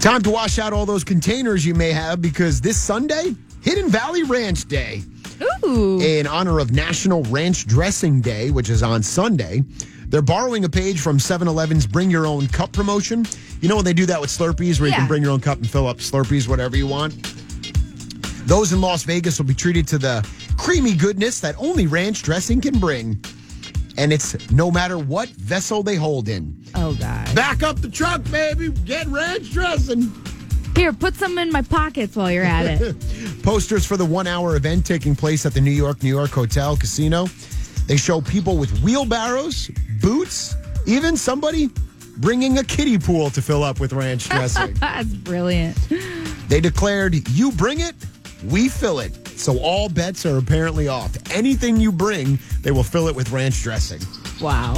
Time to wash out all those containers you may have because this Sunday, Hidden Valley Ranch Day, Ooh. in honor of National Ranch Dressing Day, which is on Sunday. They're borrowing a page from 7 Eleven's Bring Your Own Cup promotion. You know when they do that with Slurpees, where you Yeah. can bring your own cup and fill up Slurpees, whatever you want? Those in Las Vegas will be treated to the creamy goodness that only ranch dressing can bring. And it's no matter what vessel they hold in. Oh, God. Back up the truck, baby. Get ranch dressing. Here, put some in my pockets while you're at it. Posters for the one hour event taking place at the New York, New York Hotel Casino. They show people with wheelbarrows, boots, even somebody bringing a kiddie pool to fill up with ranch dressing. That's brilliant. they declared, You bring it, we fill it. So all bets are apparently off. Anything you bring, they will fill it with ranch dressing. Wow.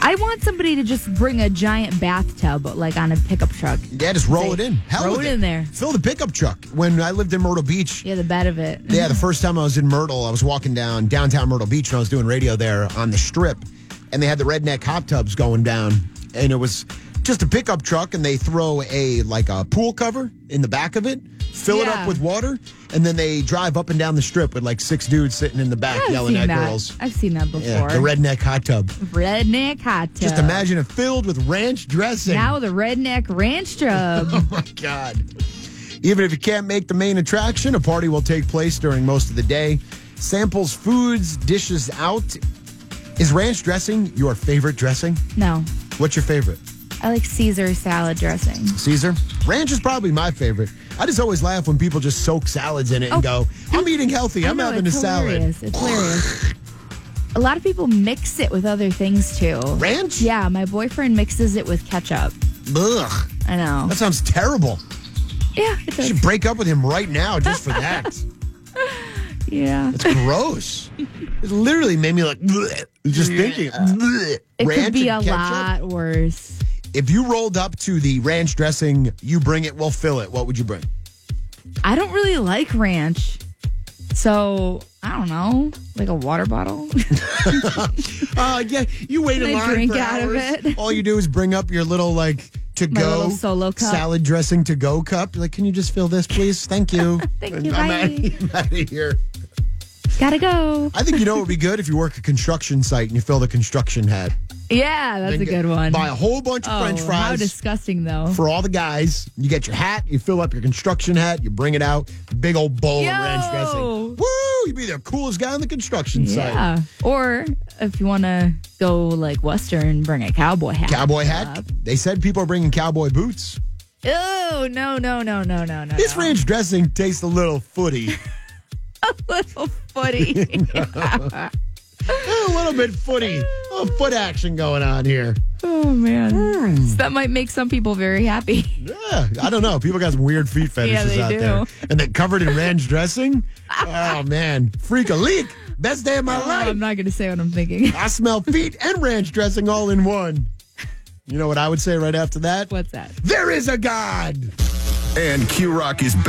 I want somebody to just bring a giant bathtub, like on a pickup truck. Yeah, just roll it in. Hell Roll with it in there. Fill the pickup truck. When I lived in Myrtle Beach, Yeah, the bed of it. Yeah, the first time I was in Myrtle, I was walking down downtown Myrtle Beach and I was doing radio there on the strip, and they had the redneck hot tubs going down, and it was just a pickup truck, and they throw a like a pool cover in the back of it, fill it up Yeah. with water, and then they drive up and down the strip with like six dudes sitting in the back I've yelling seen at that. girls. I've seen that before. Yeah, the redneck hot tub. redneck hot tub. Just imagine it filled with ranch dressing. Now the redneck ranch tub. Oh my God. Even if you can't make the main attraction, a party will take place during most of the day. Samples foods, dishes out. Is ranch dressing your favorite dressing? no, What's your favorite? I like Caesar salad dressing. Caesar? Ranch is probably my favorite. I just always laugh when people just soak salads in it and Oh. go, I'm eating healthy. I I'm know, having a it's salad. hilarious. It's hilarious. A lot of people mix it with other things too. Ranch? Yeah, my boyfriend mixes it with ketchup. Ugh. I know. That sounds terrible. yeah, it I does. should break up with him right now just for that. Yeah. It's gross. It literally made me like, bleh, just thinking. bleh. It Ranch could be a and ketchup? lot worse. If you rolled up to the ranch dressing, you bring it, we'll fill it. What would you bring? I don't really like ranch. So, I don't know, like a water bottle. Uh, yeah, you wait Can I drink out of it? All you do is bring up your little like to My go little solo cup. salad dressing to go cup. You're like, can you just fill this, please? Thank you. Thank And you, I'm out, bye. I'm out of here. Gotta go. I think you know what would be good if you work a construction site and you fill the construction hat. Yeah, that's Then a get- good one. Buy a whole bunch of oh, French How fries. disgusting, though. for all the guys. You get your hat, you fill up your construction hat, you bring it out, big old bowl Yo! of ranch dressing. Woo! You'd be the coolest guy on the construction site. yeah. Or if you want to go like Western, bring a cowboy hat. Cowboy hat. They said people are bringing cowboy boots. Oh, no, no, no, no, no, no. This no. ranch dressing tastes a little footy. little footy. a little bit footy. A little foot action going on here. oh, man. Hmm. So that might make some people very happy. Yeah, I don't know. People got some weird feet fetishes they out do. there. And they're covered in ranch dressing. Oh, man. Freak a leak. Best day of my life. I'm not going to say what I'm thinking. I smell feet and ranch dressing all in one. You know what I would say right after that? What's that? There is a God. And Q Rock is back.